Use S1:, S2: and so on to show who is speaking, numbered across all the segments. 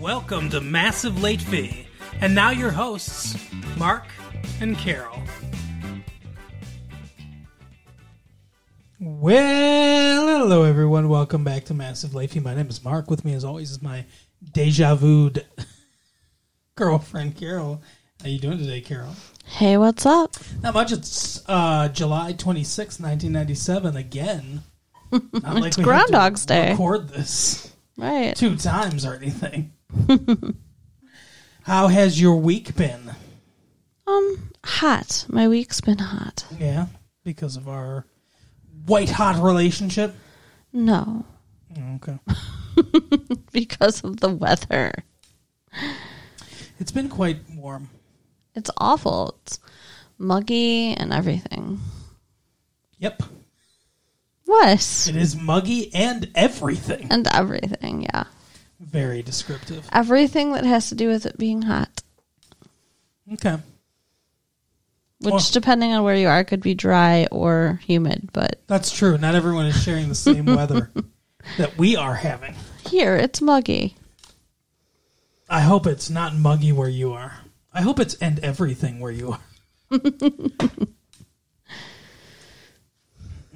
S1: Welcome to Massive Late Fee. And now your hosts, Mark and Carol. Well, hello everyone. Welcome back to Massive Late Fee. My name is Mark. With me, as always, is my deja vu girlfriend, Carol. How you doing today, Carol?
S2: Hey, what's up?
S1: Not much. It's uh, July twenty sixth, 1997 again. Not like
S2: It's
S1: we had to
S2: Groundhog's Day.
S1: Record this
S2: Right.
S1: two times or anything. How has your week been?
S2: Um, hot. My week's been hot.
S1: Yeah, because of our white hot relationship.
S2: No,
S1: Okay.
S2: because of the weather.
S1: It's been quite warm.
S2: It's awful. It's muggy and everything.
S1: Yep.
S2: What?
S1: It is muggy and everything.
S2: And everything, yeah.
S1: Very descriptive.
S2: Everything that has to do with it being hot,
S1: Okay.
S2: which,
S1: Well-
S2: depending on where you are, could be dry or humid, but
S1: That's true. Not everyone is sharing the same weather that we are having.
S2: here it's muggy.
S1: I hope it's not muggy where you are. I hope it's and everything where you are.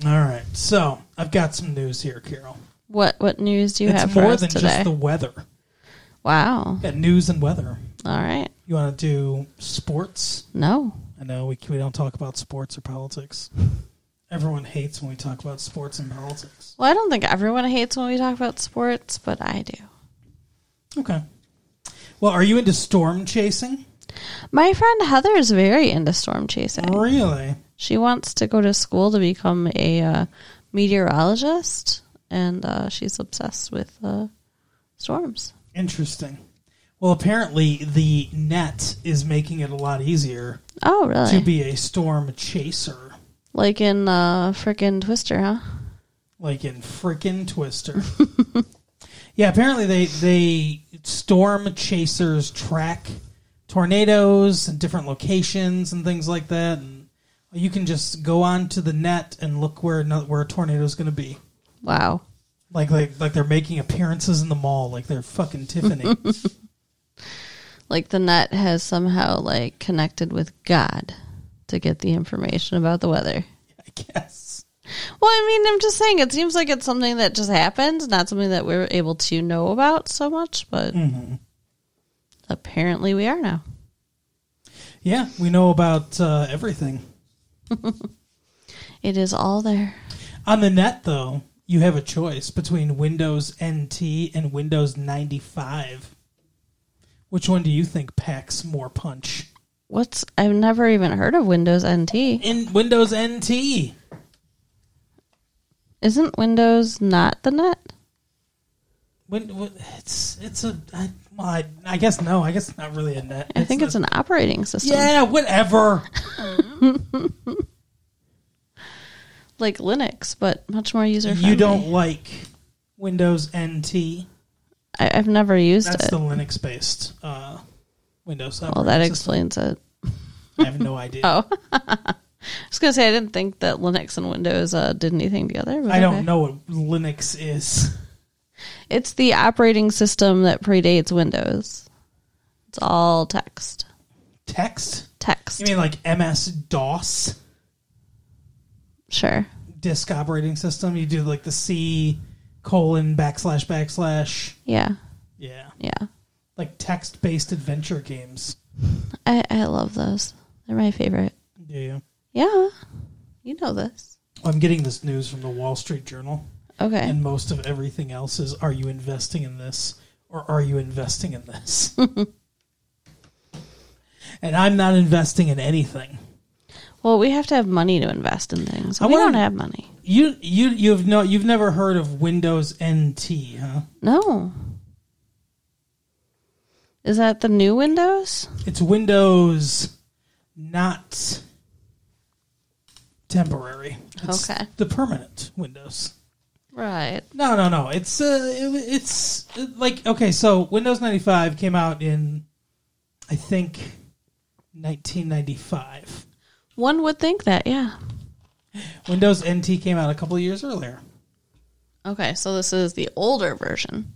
S1: All right. So I've got some news here, Carol.
S2: What what news do you
S1: it's
S2: have for
S1: more
S2: us
S1: than
S2: today?
S1: just the weather.
S2: wow.
S1: Got news and weather.
S2: All right.
S1: You want to do sports?
S2: No.
S1: I know we, we don't talk about sports or politics. Everyone hates when we talk about sports and politics.
S2: Well, I don't think everyone hates when we talk about sports, but I do.
S1: Okay. Well, are you into storm chasing?
S2: My friend Heather is very into storm chasing.
S1: Really?
S2: She wants to go to school to become a uh, meteorologist, and uh, she's obsessed with uh, storms.
S1: Interesting. Well, apparently the net is making it a lot easier
S2: Oh,
S1: to
S2: really?
S1: be a storm chaser,
S2: like in uh, frickin' Twister, huh?
S1: like in frickin' Twister. yeah, apparently they they storm chasers track tornadoes and different locations and things like that, and you can just go onto the net and look where ano- where a tornado is going to be.
S2: Wow.
S1: Like, like like they're making appearances in the mall, like they're fucking Tiffany.
S2: Like the net has somehow like connected with God to get the information about the weather.
S1: I guess.
S2: Well, I mean, I'm just saying it seems like it's something that just happened, not something that we're able to know about so much, but
S1: Mm-hmm.
S2: apparently we are now.
S1: Yeah, we know about uh, everything.
S2: It is all there.
S1: On the net, though, you have a choice between Windows NT and Windows 95. Which one do you think packs more punch?
S2: What's I've never even heard of Windows NT.
S1: In Windows NT.
S2: Isn't Windows not the net?
S1: Win, win- it's it's a I, well, I, I guess no. I guess it's not really a net.
S2: I think it's
S1: a,
S2: an operating system.
S1: yeah, whatever.
S2: Like Linux, but much more user friendly.
S1: you don't like Windows NT.
S2: I, I've never used
S1: That's
S2: it.
S1: the Linux based uh, Windows.
S2: well,
S1: operating
S2: that
S1: system.
S2: explains it.
S1: I have no idea.
S2: Oh. I was gonna say I didn't think that Linux and Windows uh, did anything together. But
S1: I
S2: okay.
S1: don't know what Linux is.
S2: It's the operating system that predates Windows. It's all text.
S1: Text.
S2: Text.
S1: You mean like MS DOS
S2: sure.
S1: disk operating system? You do like the C colon backslash backslash.
S2: Yeah.
S1: Yeah.
S2: Yeah.
S1: Like text based adventure games.
S2: I, I love those. They're my favorite.
S1: Yeah.
S2: Yeah. You know this.
S1: I'm getting this news from the Wall Street Journal,
S2: Okay.
S1: and most of everything else is are you investing in this or are you investing in this? and I'm not investing in anything.
S2: well, we have to have money to invest in things.
S1: I
S2: we don't
S1: wanna-
S2: have money.
S1: You you you've no you've never heard of Windows NT, huh?
S2: No. Is that the new Windows?
S1: It's Windows, not temporary. It's
S2: Okay.
S1: The permanent Windows.
S2: Right.
S1: No, no, no. It's uh, it- it's uh, like okay. So Windows ninety five came out in, I think, nineteen ninety five.
S2: One would think that, yeah.
S1: Windows NT came out a couple of years earlier.
S2: Okay, so this is the older version.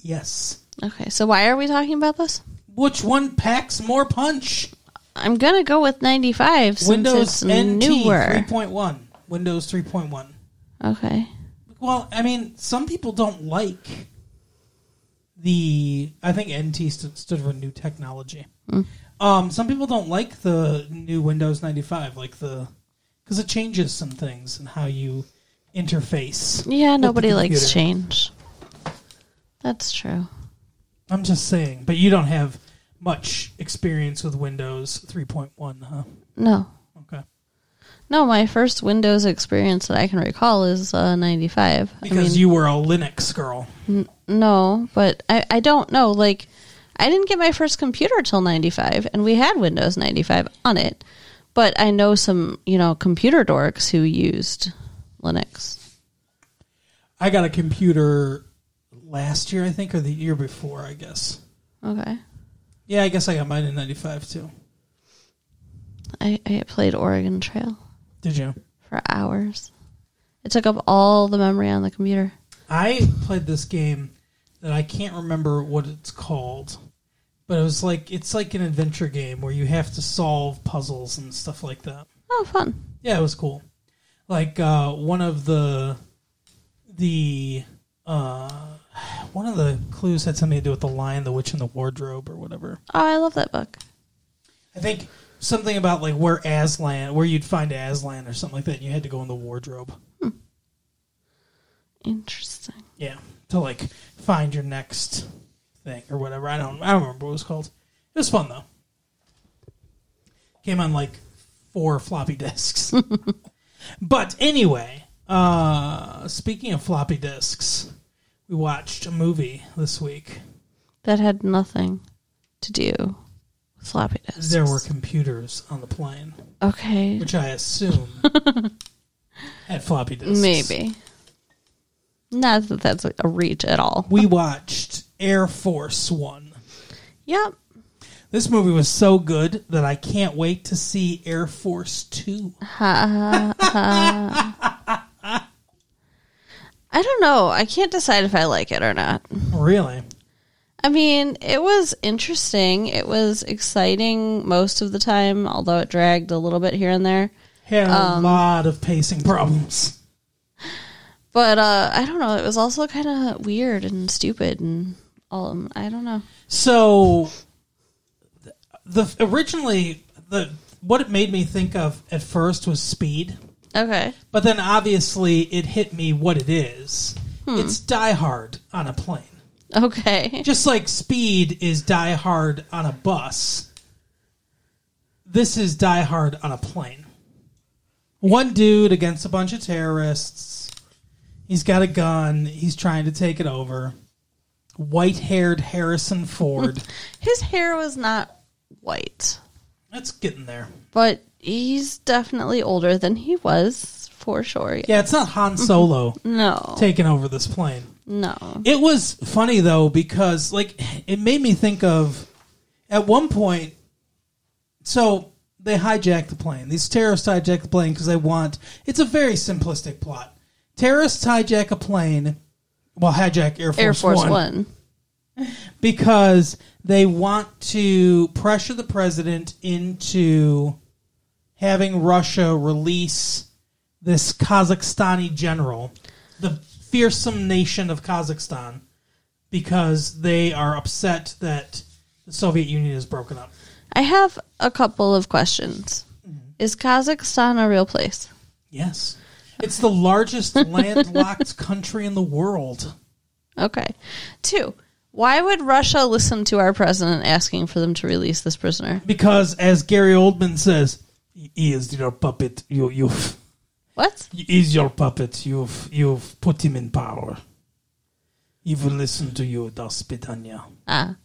S1: Yes.
S2: Okay, so why are we talking about this?
S1: Which one packs more punch?
S2: I'm gonna go with 95 since
S1: Windows
S2: it's
S1: NT
S2: newer.
S1: 3.1. Windows 3.1.
S2: Okay,
S1: Well, I mean, some people don't like the. I think NT st- stood for new technology. Um, some people don't like the new Windows 95, like the because it changes some things and how you interface.
S2: yeah,
S1: with the
S2: nobody likes
S1: computer.
S2: change. That's true.
S1: I'm just saying, but you don't have much experience with Windows 3.1, huh?
S2: No,
S1: Okay,
S2: no, my first Windows experience that I can recall is uh, 95. I
S1: because
S2: mean,
S1: you were a Linux girl.
S2: no, but I, I don't know. Like, I didn't get my first computer till 95, and we had Windows 95 on it. But I know some, you know, computer dorks who used Linux.
S1: I got a computer last year, I think, or the year before, I guess.
S2: Okay.
S1: Yeah, I guess I got mine in 95 too.
S2: I, I played Oregon Trail
S1: Did you?
S2: for hours. It took up all the memory on the computer.
S1: I played this game that I can't remember what it's called, but it was like it's like an adventure game where you have to solve puzzles and stuff like that.
S2: Oh, fun.
S1: Yeah, it was cool. Like uh, one of the the uh, one of the clues had something to do with the lion, the witch, and the wardrobe, or whatever.
S2: Oh, I love that book.
S1: I think something about like where Aslan, where you'd find Aslan or something like that. And you had to go in the wardrobe.
S2: Interesting.
S1: Yeah, to like find your next thing or whatever. I don't. I don't remember what it was called. It was fun though. Came on like four floppy disks. but anyway, uh, speaking of floppy disks, we watched a movie this week.
S2: That had nothing to do with floppy disks.
S1: There were computers on the plane,
S2: Okay.
S1: which I assume had floppy disks.
S2: Maybe. Not that that's a reach at all.
S1: we watched Air Force One.
S2: Yep.
S1: This movie was so good that I can't wait to see Air Force Two.
S2: I don't know. I can't decide if I like it or not.
S1: Really?
S2: I mean, it was interesting. It was exciting most of the time, although it dragged a little bit here and there.
S1: Had a lot of pacing problems.
S2: But uh, I don't know. It was also kind of weird and stupid and all. um, I don't know.
S1: So, th- the originally the what it made me think of at first was speed,
S2: Okay.
S1: but then obviously it hit me what it is. It's Die Hard on a plane,
S2: Okay.
S1: just like Speed is Die Hard on a bus. This is Die Hard on a plane. One dude against a bunch of terrorists. He's got a gun. He's trying to take it over. White haired Harrison Ford.
S2: His hair was not white,
S1: That's getting there.
S2: but he's definitely older than he was for sure.
S1: Yeah, it's not Han Solo
S2: No.
S1: taking over this plane.
S2: no.
S1: It was funny though because like it made me think of at one point. So they hijack the plane. These terrorists hijack the plane because they want. It's a very simplistic plot. Terrorists hijack a plane. Well, hijack Air Force,
S2: Air Force
S1: One,
S2: One.
S1: because they want to pressure the president into having Russia release this Kazakhstani general, the fearsome nation of Kazakhstan, because they are upset that the Soviet Union is broken up.
S2: I have a couple of questions. Is Kazakhstan a real place?
S1: Yes. It's the largest landlocked country in the world.
S2: Okay. Two. Why would Russia listen to our president asking for them to release this prisoner?
S1: Because, as Gary Oldman says, he is your puppet. You, you've
S2: What?
S1: is your puppet. You've you've put him in power. He will listen to you, Das Pitania.
S2: Ah.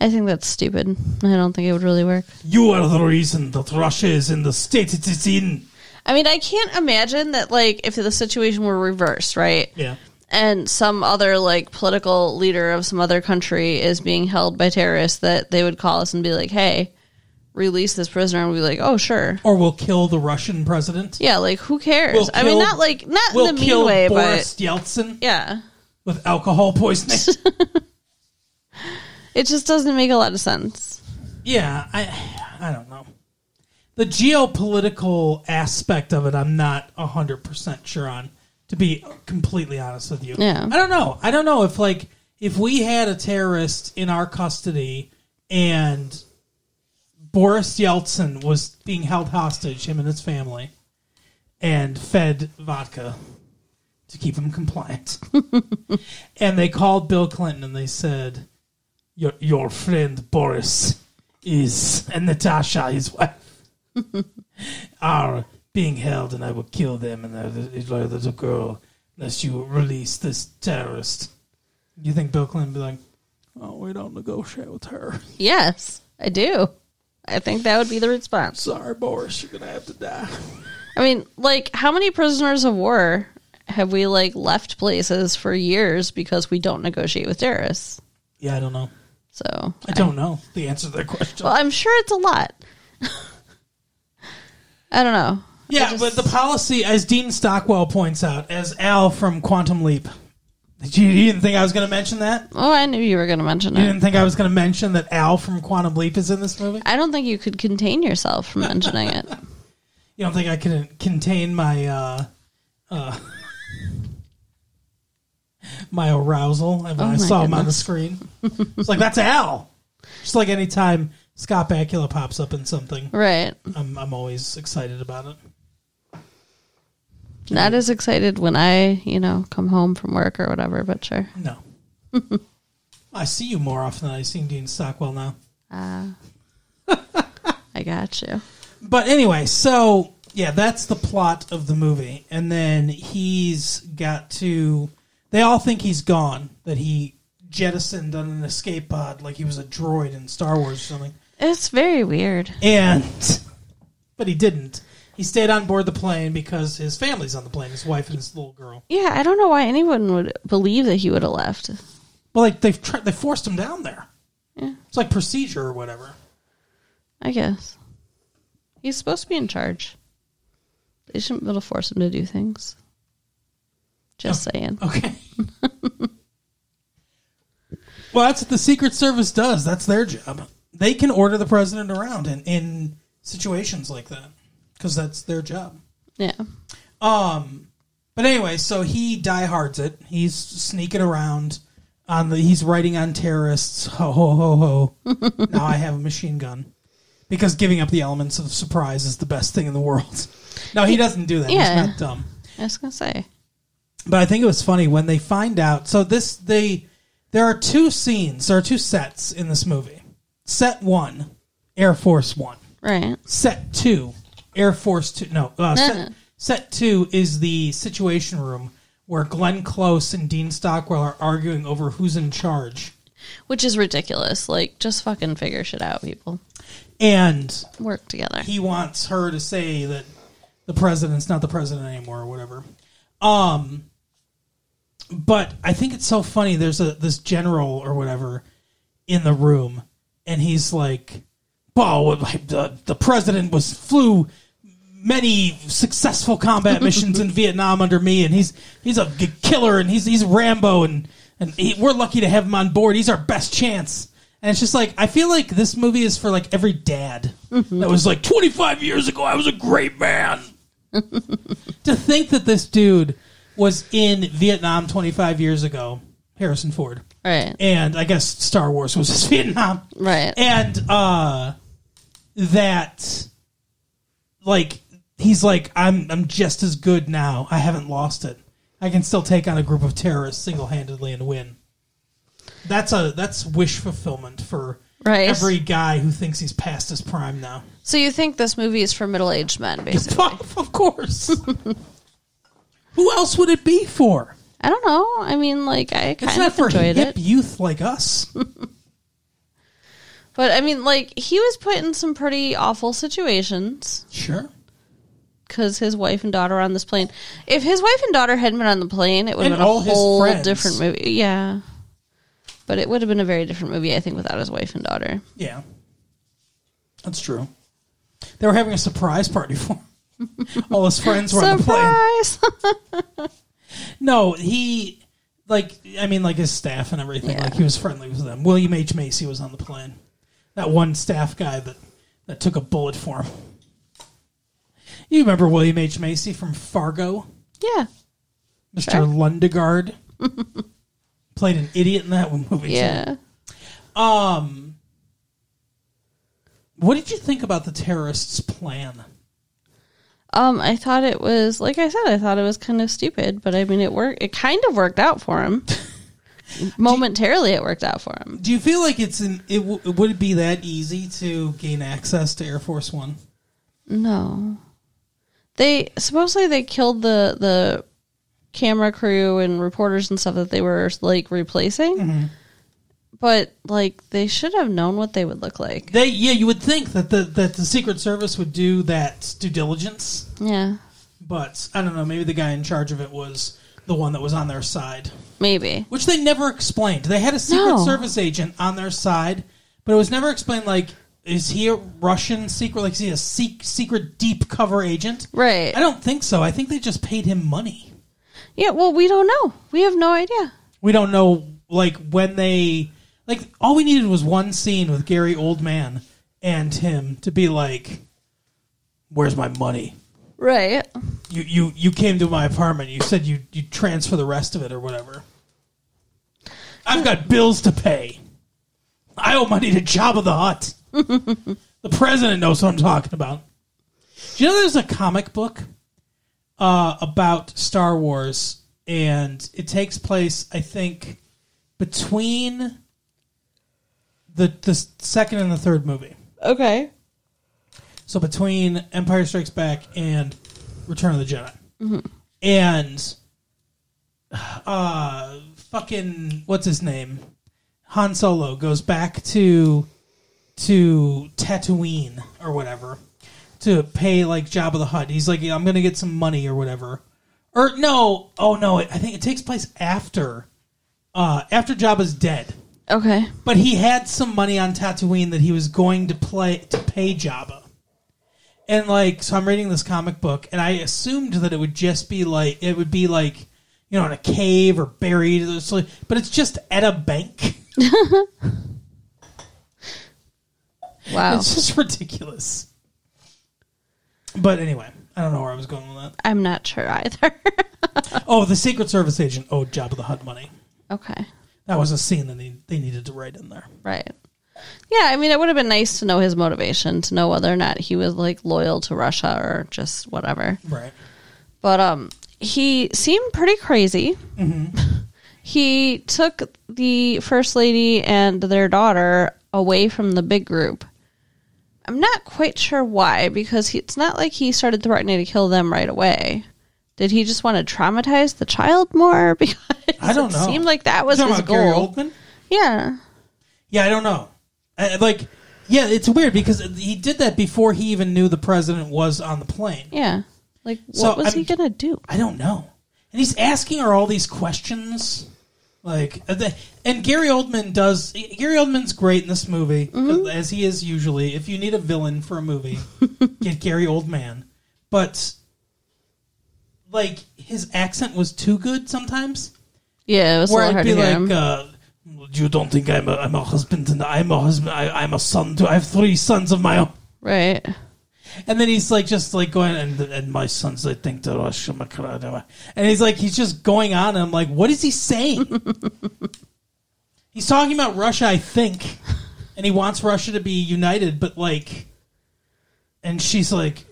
S2: I think that's stupid. I don't think it would really work.
S1: You are the reason that Russia is in the state it is in.
S2: I mean, I can't imagine that, like, if the situation were reversed, right?
S1: Yeah.
S2: And some other, like, political leader of some other country is being held by terrorists, that they would call us and be like, hey, release this prisoner. And we'd be like, oh, sure.
S1: Or we'll kill the Russian president.
S2: Yeah, like, who cares?
S1: We'll
S2: I
S1: kill-
S2: mean, not like, not
S1: We'll
S2: in the mean
S1: kill
S2: way,
S1: Boris Yeltsin
S2: but yeah.
S1: with alcohol poisoning.
S2: It just doesn't make a lot of sense.
S1: Yeah, I I don't know. The geopolitical aspect of it, I'm not hundred percent sure on. To be completely honest with you,
S2: Yeah.
S1: I don't know. I don't know if like if we had a terrorist in our custody and Boris Yeltsin was being held hostage, him and his family, and fed vodka to keep him compliant. and they called Bill Clinton and they said, "Your your friend Boris is and Natasha, his wife, are being held, and I will kill them and their, their little girl unless you release this terrorist." You think Bill Clinton would be like, "Oh, we don't negotiate with her.
S2: Yes, I do. I think that would be the response.
S1: Sorry, Boris, you're gonna have to die."
S2: I mean, like, how many prisoners of war have we like left places for years because we don't negotiate with terrorists?
S1: Yeah, I don't know.
S2: So,
S1: I don't know the answer to that question.
S2: well, I'm sure it's a lot. I don't know.
S1: Yeah,
S2: I just-
S1: but the policy, as Dean Stockwell points out, as Al from Quantum Leap. Did you, you didn't think I was going to mention that?
S2: Oh, I knew you were going to mention
S1: You
S2: it.
S1: didn't think I was going to mention that Al from Quantum Leap is in this movie?
S2: I don't think you could contain yourself from mentioning it.
S1: You don't think I can contain my uh, uh, my arousal when I
S2: Oh my
S1: saw him on the
S2: goodness.
S1: screen? It's like that's Al. Just like any time Scott Bakula pops up in something,
S2: Right.
S1: I'm I'm always excited about it.
S2: Not as excited when I, you know, come home from work or whatever, but sure.
S1: No, I see you more often than I've seen Dean Stockwell now.
S2: I got you.
S1: But anyway, so yeah, that's the plot of the movie. And then he's got to they all think he's gone, that he jettisoned on an escape pod like he was a droid in Star Wars or something.
S2: It's very weird.
S1: And but he didn't. He stayed on board the plane because his family's on the plane, his wife and his little girl.
S2: Yeah, I don't know why anyone would believe that he would have left.
S1: Well, like they've tra- they forced him down there. It's like procedure or whatever.
S2: I guess. He's supposed to be in charge. They shouldn't be able to force him to do things. Just saying.
S1: Okay. well, that's what the Secret Service does. That's their job. They can order the president around in, in situations like that because that's their job.
S2: Yeah.
S1: Um, but anyway, so he diehards it. He's sneaking around on the. He's writing on terrorists. Ho ho ho ho. now I have a machine gun because giving up the elements of surprise is the best thing in the world. No, he doesn't do that.
S2: Yeah.
S1: He's not dumb.
S2: I was going to say.
S1: But I think it was funny when they find out. So this they there are two scenes, there are two sets in this movie. Set 1, Air Force 1.
S2: Right.
S1: Set 2, Air Force 2. No, uh, set,
S2: Uh-uh.
S1: set 2 is the situation room where Glenn Close and Dean Stockwell are arguing over who's in charge.
S2: Which is ridiculous. Like, just fucking figure shit out, people.
S1: And
S2: Work together.
S1: he wants her to say that the president's not the president anymore or whatever. Um, but I think it's so funny. There's a this general or whatever in the room, and he's like, "Well, the the president was flew." Many successful combat missions in Vietnam under me, and he's he's a g- killer, and he's he's Rambo, and and he, we're lucky to have him on board. He's our best chance, and it's just like I feel like this movie is for like every dad that was like twenty five years ago. I was a great man to think that this dude was in Vietnam 25 years ago, Harrison Ford,
S2: Right.
S1: and I guess Star Wars was his Vietnam,
S2: Right.
S1: and uh, that like he's like I'm I'm just as good now. I haven't lost it. I can still take on a group of terrorists single handedly and win. That's a that's wish fulfillment for
S2: Right.
S1: every guy who thinks he's past his prime now.
S2: So you think this movie is for middle aged men, basically?
S1: of course. Who else would it be for?
S2: I don't know. I mean, like, I
S1: It's
S2: kind
S1: not
S2: of
S1: for
S2: enjoyed
S1: hip
S2: it.
S1: youth like us.
S2: But I mean, like, he was put in some pretty awful situations.
S1: sure.
S2: because his wife and daughter are on this plane. If his wife and daughter hadn't been on the plane, it would have
S1: And
S2: been a
S1: all his
S2: whole
S1: friends.
S2: different movie. Yeah, but it would have been a very different movie, I think, without his wife and daughter.
S1: Yeah. That's true. They were having a surprise party for him. All his friends were on the plane.
S2: Surprise!
S1: No, he like I mean, like his staff and everything.
S2: Yeah.
S1: Like he was friendly with them. William H Macy was on the plane. That one staff guy that that took a bullet for him. You remember William H Macy from Fargo?
S2: Yeah.
S1: Mr.
S2: Sure.
S1: Lundegaard played an idiot in that one movie. too.
S2: Yeah.
S1: Um, what did you think about the terrorists' plan?
S2: Um, I thought it was like I said, I thought it was kind of stupid, but I mean it worked it kind of worked out for him. Momentarily it worked out for him.
S1: Do you feel like it's an it w- would it be that easy to gain access to Air Force One?
S2: No. They supposedly they killed the the camera crew and reporters and stuff that they were like replacing. But like they should have known what they would look like.
S1: They yeah, you would think that the that the Secret Service would do that due diligence,
S2: Yeah.
S1: but I don't know. Maybe the guy in charge of it was the one that was on their side,
S2: Maybe.
S1: which they never explained. They had a Secret
S2: No.
S1: Service agent on their side, but it was never explained. Like, is he a Russian secret? Like, is he a sec- secret deep cover agent?
S2: Right.
S1: I don't think so. I think they just paid him money.
S2: Yeah, well we don't know. We have no idea.
S1: We don't know like when they like all we needed was one scene with Gary Oldman and him to be like where's my money?
S2: Right.
S1: You you you came to my apartment. You said you you transfer the rest of it or whatever. I've got bills to pay. I owe money to Job of the Hut. the president knows what I'm talking about. Do you know there's a comic book uh, about Star Wars, and it takes place, I think, between the the second and the third movie.
S2: Okay.
S1: So between Empire Strikes Back and Return of the Jedi, and uh, fucking what's his name, Han Solo goes back to to Tatooine or whatever to pay like Jabba the Hutt. He's like, I'm gonna get some money or whatever. Or no, oh no, it, I think it takes place after uh, after Jabba's dead.
S2: Okay.
S1: But he had some money on Tatooine that he was going to play to pay Jabba. And like, so I'm reading this comic book, and I assumed that it would just be like it would be like, you know, in a cave or buried. or so- But it's just at a bank.
S2: Wow.
S1: It's just ridiculous. But anyway, I don't know where I was going with
S2: I'm not sure either.
S1: that. Oh, the Secret Service agent owed Jabba the Hutt money.
S2: okay.
S1: That was a scene that they, they needed to write in there.
S2: Right. Yeah, I mean, it would have been nice to know his motivation, to know whether or not he was like loyal to Russia or just whatever.
S1: Right.
S2: But um, he seemed pretty crazy.
S1: Mm-hmm.
S2: he took the first lady and their daughter away from the big group. I'm not quite sure why, because he, it's not like he started threatening to kill them right away. Did he just want to traumatize the child more? Because
S1: I don't know.
S2: It seemed like that was
S1: Talking
S2: his
S1: about Gary
S2: goal.
S1: Oldman?
S2: Yeah.
S1: Yeah, I don't know. I, like, yeah, it's weird because he did that before he even knew the president was on the plane.
S2: Yeah. Like, what
S1: So,
S2: was
S1: I'm-
S2: he going to do?
S1: I don't know. And he's asking her all these questions. Like, uh, the- and Gary Oldman does. Gary Oldman's great in this movie, as he is usually. If you need a villain for a movie, get Gary Oldman. But, like, his accent was too good sometimes.
S2: Yeah, it was a
S1: where
S2: little
S1: I'd
S2: hard
S1: be
S2: to hear
S1: like,
S2: him.
S1: uh, "You don't think I'm a, I'm a husband, and I'm a husband. I, I'm a son. Too. I have three sons of my own."
S2: right.
S1: And then he's like, just like going, and, and my sons, I think they're Russian, Makarada." and he's like, he's just going on. And I'm like, what is he saying? he's talking about Russia, I think, and he wants Russia to be united, but like, and she's like,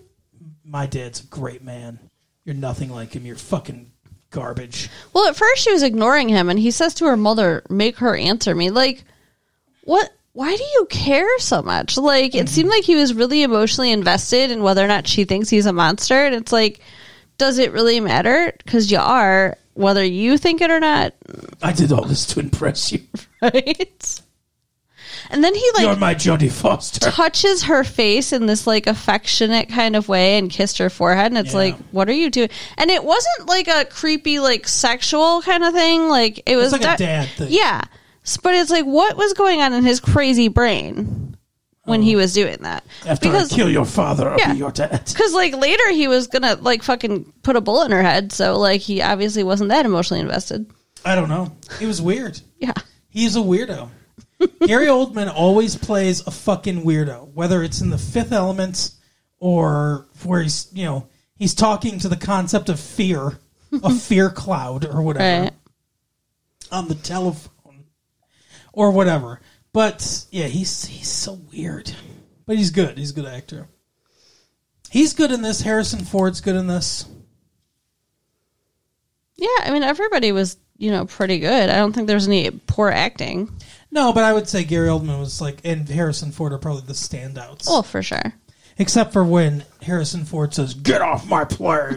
S1: "My dad's a great man. You're nothing like him. You're fucking garbage."
S2: Well, at first she was ignoring him, and he says to her mother, "Make her answer me." Like, what? Why do you care so much? Like, it seemed like he was really emotionally invested in whether or not she thinks he's a monster, and it's like, does it really matter? Because you are, whether you think it or not,
S1: I did all this to impress you.
S2: right? And then he like
S1: You're my Jodie Foster.
S2: touches her face in this like affectionate kind of way and kissed her forehead and it's
S1: Yeah.
S2: like what are you doing and it wasn't like a creepy like sexual kind of thing like it was
S1: like a
S2: that-
S1: dad thing.
S2: yeah S- but it's like what was going on in his crazy brain when he was doing that
S1: Oh. After
S2: because
S1: I kill your father, I'll
S2: Yeah.
S1: be your dad.
S2: because like later he was gonna like fucking put a bullet in her head so like he obviously wasn't that emotionally invested
S1: I don't know. It was weird.
S2: Yeah.
S1: He's a weirdo. Gary Oldman always plays a fucking weirdo, whether it's in the Fifth Element or where he's you know he's talking to the concept of fear, a fear cloud or whatever
S2: Right.
S1: on the telephone or whatever. But yeah, he's he's so weird, but he's good. He's a good actor. He's good in this. Harrison Ford's good in this.
S2: Yeah. I mean, everybody was, you know, pretty good. I don't think there's any poor acting.
S1: No, but I would say Gary Oldman was like, and Harrison Ford are probably the standouts.
S2: Oh, for sure.
S1: Except for when Harrison Ford says, Get off my plane!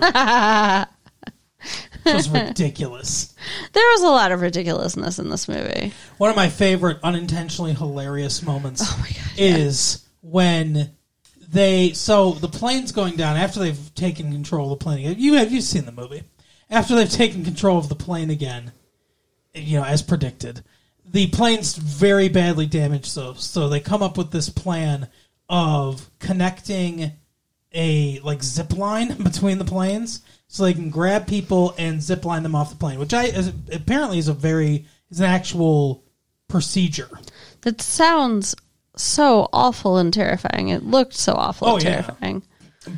S1: It was ridiculous.
S2: There was a lot of ridiculousness in this movie.
S1: One of my favorite unintentionally hilarious moments
S2: Oh my God,
S1: is when they so the plane's going down after they've taken control of the plane. You have you seen the movie? After they've taken control of the plane again, you know, as predicted, the plane's very badly damaged. So so they come up with this plan of connecting a like zip line between the planes so they can grab people and zip line them off the plane, which I is, apparently is a very is an actual procedure.
S2: That sounds so awful and terrifying. It looked so awful
S1: Oh,
S2: and
S1: yeah.
S2: terrifying.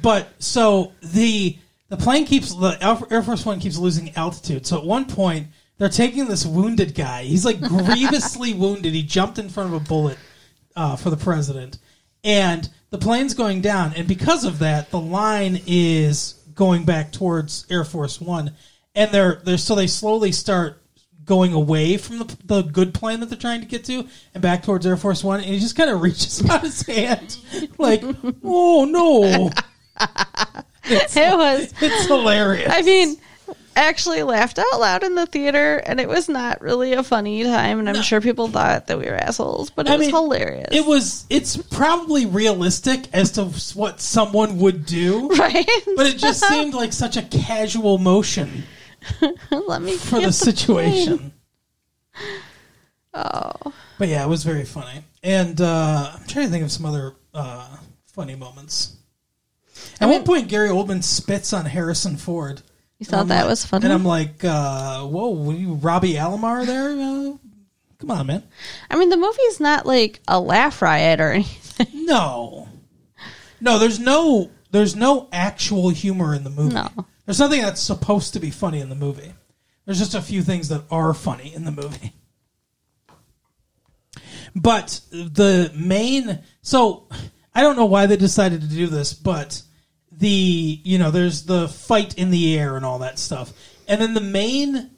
S1: But so the the plane keeps the Al- Air Force One keeps losing altitude. So at one point they're taking this wounded guy. He's like grievously wounded. He jumped in front of a bullet uh, for the president, and the plane's going down. And because of that, the line is going back towards Air Force One, and they're they're so they slowly start going away from the, the good plane that they're trying to get to and back towards Air Force One, and he just kind of reaches out his hand, like, oh no.
S2: It was,
S1: It's hilarious.
S2: I mean, actually laughed out loud in the theater, and it was not really a funny time. And I'm sure people thought that we were assholes, but it
S1: I
S2: was
S1: mean,
S2: hilarious.
S1: It was. It's probably realistic as to what someone would do,
S2: right?
S1: but it just seemed like such a casual motion
S2: Let me
S1: for
S2: get
S1: the situation.
S2: Oh,
S1: But yeah, it was very funny. And uh, I'm trying to think of some other uh, funny moments. At one point, Gary Oldman spits on Harrison Ford.
S2: you
S1: And
S2: thought
S1: I'm
S2: that
S1: like-
S2: was funny?
S1: And I'm like, uh, whoa, were you Robbie Alomar there? Uh, come on, man.
S2: I mean, the movie's not like a laugh riot or anything.
S1: No. No, there's no there's no actual humor in the movie.
S2: No.
S1: There's nothing that's supposed to be funny in the movie. There's just a few things that are funny in the movie. But the main so I don't know why they decided to do this, but the you know, there's the fight in the air and all that stuff. And then the main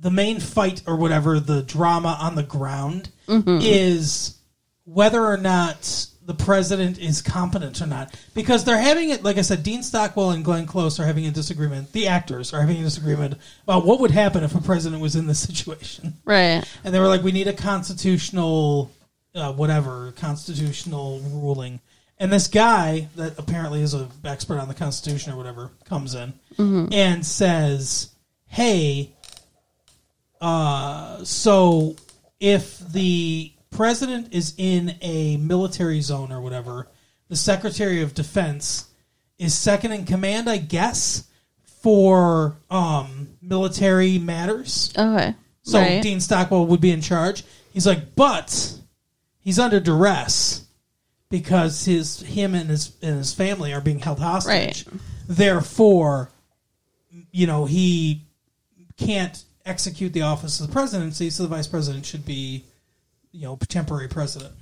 S1: the main fight or whatever, the drama on the ground is whether or not the president is competent or not. Because they're having it, like I said, Dean Stockwell and Glenn Close are having a disagreement. The actors are having a disagreement about what would happen if a president was in this situation.
S2: Right.
S1: And they were like, we need a constitutional, uh, whatever, constitutional ruling. And this guy that apparently is an expert on the Constitution or whatever comes in and says, hey, uh, so if the president is in a military zone or whatever, the Secretary of Defense is second in command, I guess, for um, military matters.
S2: Okay.
S1: So
S2: right.
S1: Dean Stockwell would be in charge. He's like, but he's under duress because his him and his and his family are being held hostage. Therefore, you know he can't execute the office of the presidency, so the vice president should be, you know, temporary president.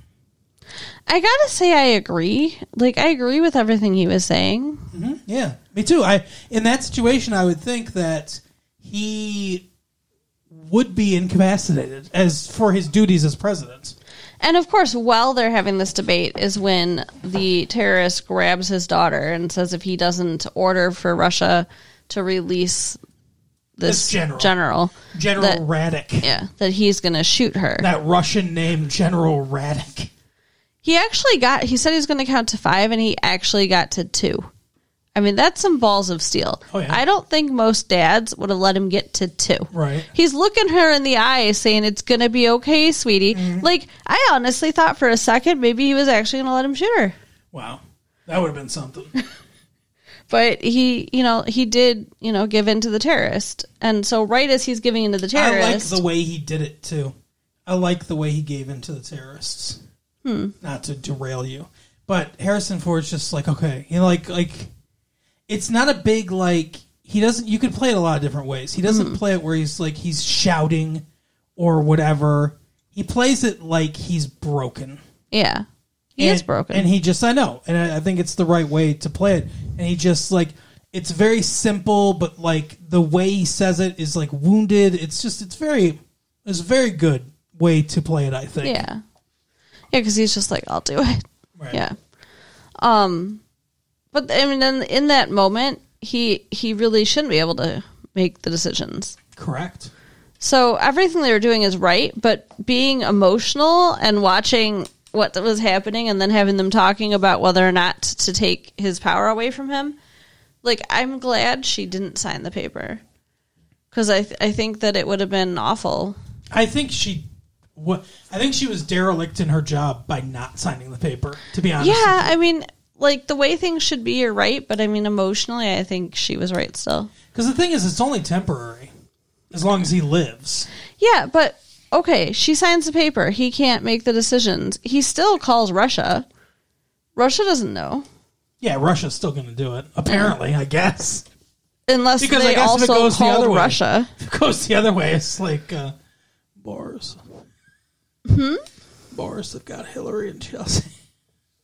S2: I gotta say, I agree. Like, I agree with everything he was saying.
S1: Yeah, me too. I in that situation, I would think that he would be incapacitated as for his duties as president.
S2: And of course, while they're having this debate, is when the terrorist grabs his daughter and says if he doesn't order for Russia to release this,
S1: This general.
S2: general,
S1: General
S2: That-
S1: Radek.
S2: yeah, that he's gonna shoot her.
S1: that Russian name, General Radek.
S2: He actually got. He said he was going to count to five, and he actually got to two. I mean, that's some balls of steel.
S1: Oh, yeah.
S2: I don't think most dads would have let him get to two.
S1: Right.
S2: He's looking her in the eye, saying, "It's going to be okay, sweetie."
S1: Mm-hmm.
S2: Like, I honestly thought for a second maybe he was actually going to let him shoot her.
S1: Wow. That would have been something.
S2: But he, you know, he did, you know, give in to the terrorist. And so right as he's giving in to the terrorist,
S1: I like the way he did it too. I like the way he gave in to the terrorists. Not to derail you, but Harrison Ford's just like okay, you know, like like it's not a big like he doesn't. You could play it a lot of different ways. He doesn't play it where he's like he's shouting or whatever. He plays it like he's broken.
S2: yeah. He
S1: and,
S2: is broken.
S1: and he just I know, and I, I think it's the right way to play it. And he just like it's very simple, but like the way he says it is like wounded. It's just it's very it's a very good way to play it. I think.
S2: yeah. Yeah, cuz he's just like I'll do it.
S1: Right.
S2: Yeah. Um but I mean in, in that moment, he he really shouldn't be able to make the decisions.
S1: Correct.
S2: So everything they were doing is right, but being emotional and watching what was happening and then having them talking about whether or not to take his power away from him. Like I'm glad she didn't sign the paper. Cuz I th- I think that it would have been awful.
S1: I think she. wa I think she was derelict in her job by not signing the paper. To be honest,
S2: Yeah, I mean, like the way things should be, you're right, but I mean, emotionally, I think she was right still.
S1: because the thing is, it's only temporary, as long as he lives.
S2: Yeah, but okay, she signs the paper. He can't make the decisions. He still calls Russia. Russia doesn't know
S1: Yeah, Russia's still going to do it. Apparently, I guess.
S2: unless
S1: Because I
S2: they
S1: guess if it
S2: also
S1: goes the other
S2: called
S1: way.
S2: Russia.
S1: If it goes the other way, it's like uh, Boris. Boris, they've got Hillary and Chelsea.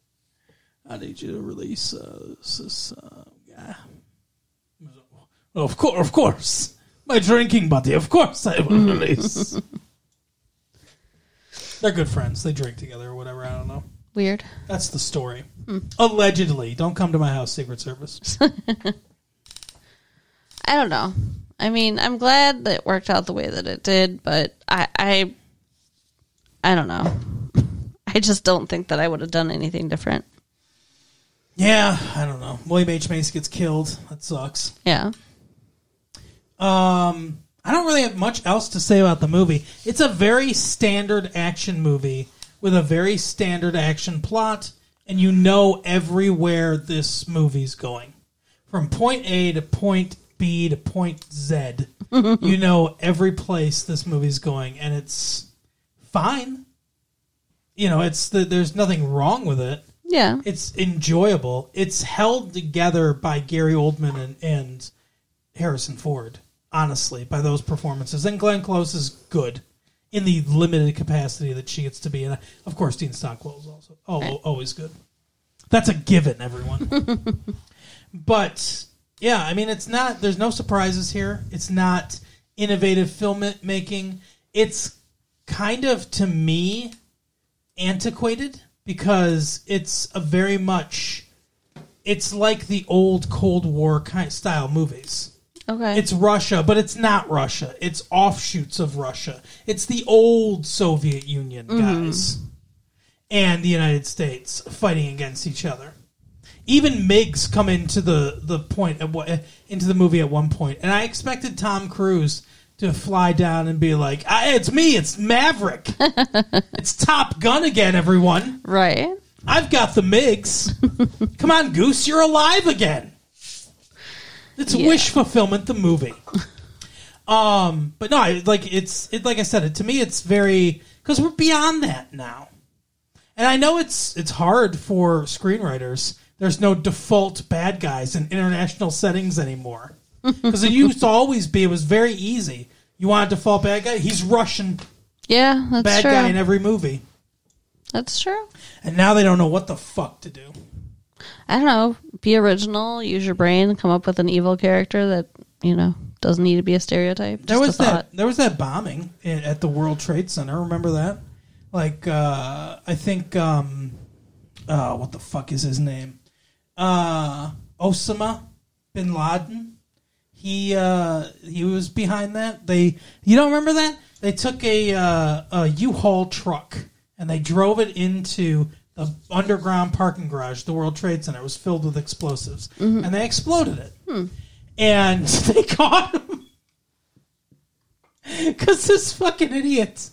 S1: I need you to release uh, this- this uh, guy. Well, of course, of course, my drinking buddy. Of course, I will release. They're good friends. They drink together or whatever. I don't know.
S2: Weird.
S1: That's the story. Allegedly, don't come to my house, Secret Service.
S2: I don't know. I mean, I'm glad that it worked out the way that it did, but I, I, I don't know. I just don't think that I would have done anything different.
S1: yeah, I don't know. William H Mace gets killed. That sucks.
S2: Yeah.
S1: Um, I don't really have much else to say about the movie. It's a very standard action movie with a very standard action plot, and you know everywhere this movie's going. From point A to point B to point Z, you know every place this movie's going, and it's fine. You know, it's the, there's nothing wrong with it.
S2: Yeah.
S1: It's enjoyable. It's held together by Gary Oldman and, and Harrison Ford, honestly, by those performances. And Glenn Close is good in the limited capacity that she gets to be. And of course, Dean Stockwell is also oh, always good. That's a given, everyone. but yeah, I mean, it's not. There's no surprises here. It's not innovative filmmaking. It's kind of to me antiquated because it's a very much it's like the old cold war kind style movies
S2: Okay.
S1: it's russia but it's not russia it's offshoots of russia it's the old soviet union guys and the united states fighting against each other even migs come into the the point at what into the movie at one point and i expected tom cruise to fly down and be like I, it's me it's maverick it's top gun again everyone
S2: right.
S1: I've got the MIGs. Come on, Goose, you're alive again. It's wish fulfillment, the movie. Um, but no, I, like it's it, like I said, it, to me, it's very because we're beyond that now, and I know it's it's hard for screenwriters. There's no default bad guys in international settings anymore because it used to always be. It was very easy. You want a default bad guy? He's Russian
S2: Yeah, that's
S1: bad
S2: true.
S1: guy in every movie,
S2: that's true.
S1: and now they don't know what the fuck to do.
S2: I don't know. Be original. Use your brain. Come up with an evil character that you know doesn't need to be a stereotype.
S1: There
S2: just
S1: was
S2: a thought.
S1: that. There was that bombing i- at the World Trade Center. Remember that? Like, uh, I think, um, uh, what the fuck is his name? Uh, Osama bin Laden. He uh, he was behind that. They you don't remember that? They took a uh, a U-Haul truck and they drove it into the underground parking garage. The World Trade Center It was filled with explosives,
S2: Mm-hmm.
S1: and they exploded it.
S2: Hmm.
S1: And they caught him. Because this fucking idiot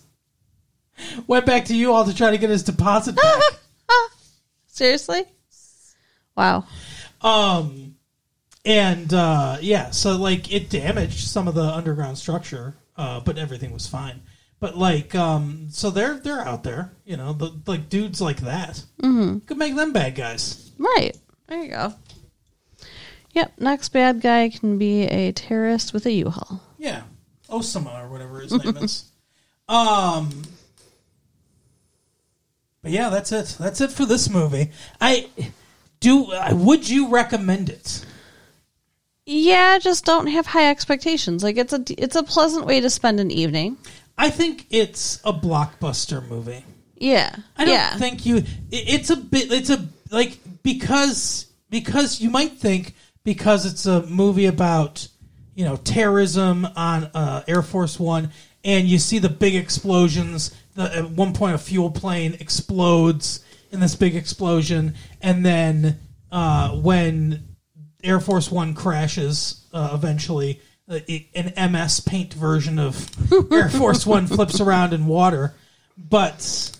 S1: went back to you all to try to get his deposit
S2: Ah,
S1: back.
S2: Seriously? Wow.
S1: um, And uh, yeah, so like it damaged some of the underground structure, uh, but everything was fine. But like, um, so they're they're out there, you know, the, like dudes like that could make them bad guys.
S2: Right. There you go. Yep. Next bad guy can be a terrorist with a U-Haul.
S1: Yeah, Osama or whatever his name is. Um, but yeah, that's it. That's it for this movie. I do. I Would you recommend it?
S2: Yeah, just don't have high expectations. Like it's a it's a pleasant way to spend an evening.
S1: I think it's a blockbuster movie.
S2: Yeah.
S1: I don't
S2: yeah.
S1: think you. it- It's a bit. It's a like because because you might think because it's a movie about you know terrorism on uh, Air Force One, and you see the big explosions. The, at one point, a fuel plane explodes in this big explosion, and then uh, when Air Force One crashes uh, eventually. Uh, it- an MS paint version of Air Force One flips around in water, but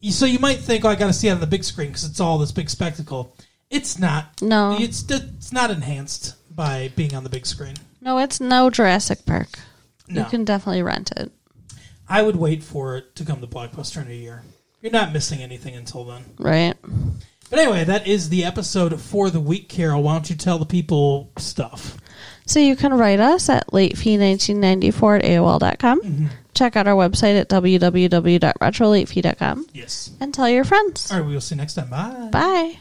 S1: you- so you might think, oh, I got to see it on the big screen because it's all this big spectacle. It's not.
S2: No.
S1: it's it's not enhanced by being on the big screen.
S2: no, it's no Jurassic Park.
S1: No.
S2: You can definitely rent it.
S1: I would wait for it to come to blockbuster in a year. You're not missing anything until then.
S2: Right.
S1: But anyway, that is the episode for the week. Carol, why don't you tell the people stuff?
S2: So you can write us at latefee1994 at AOL.com.
S1: Mm-hmm.
S2: Check out our website at www.retrolatefee.com
S1: Yes.
S2: and tell your friends.
S1: All right. We will see you next time. Bye.
S2: Bye.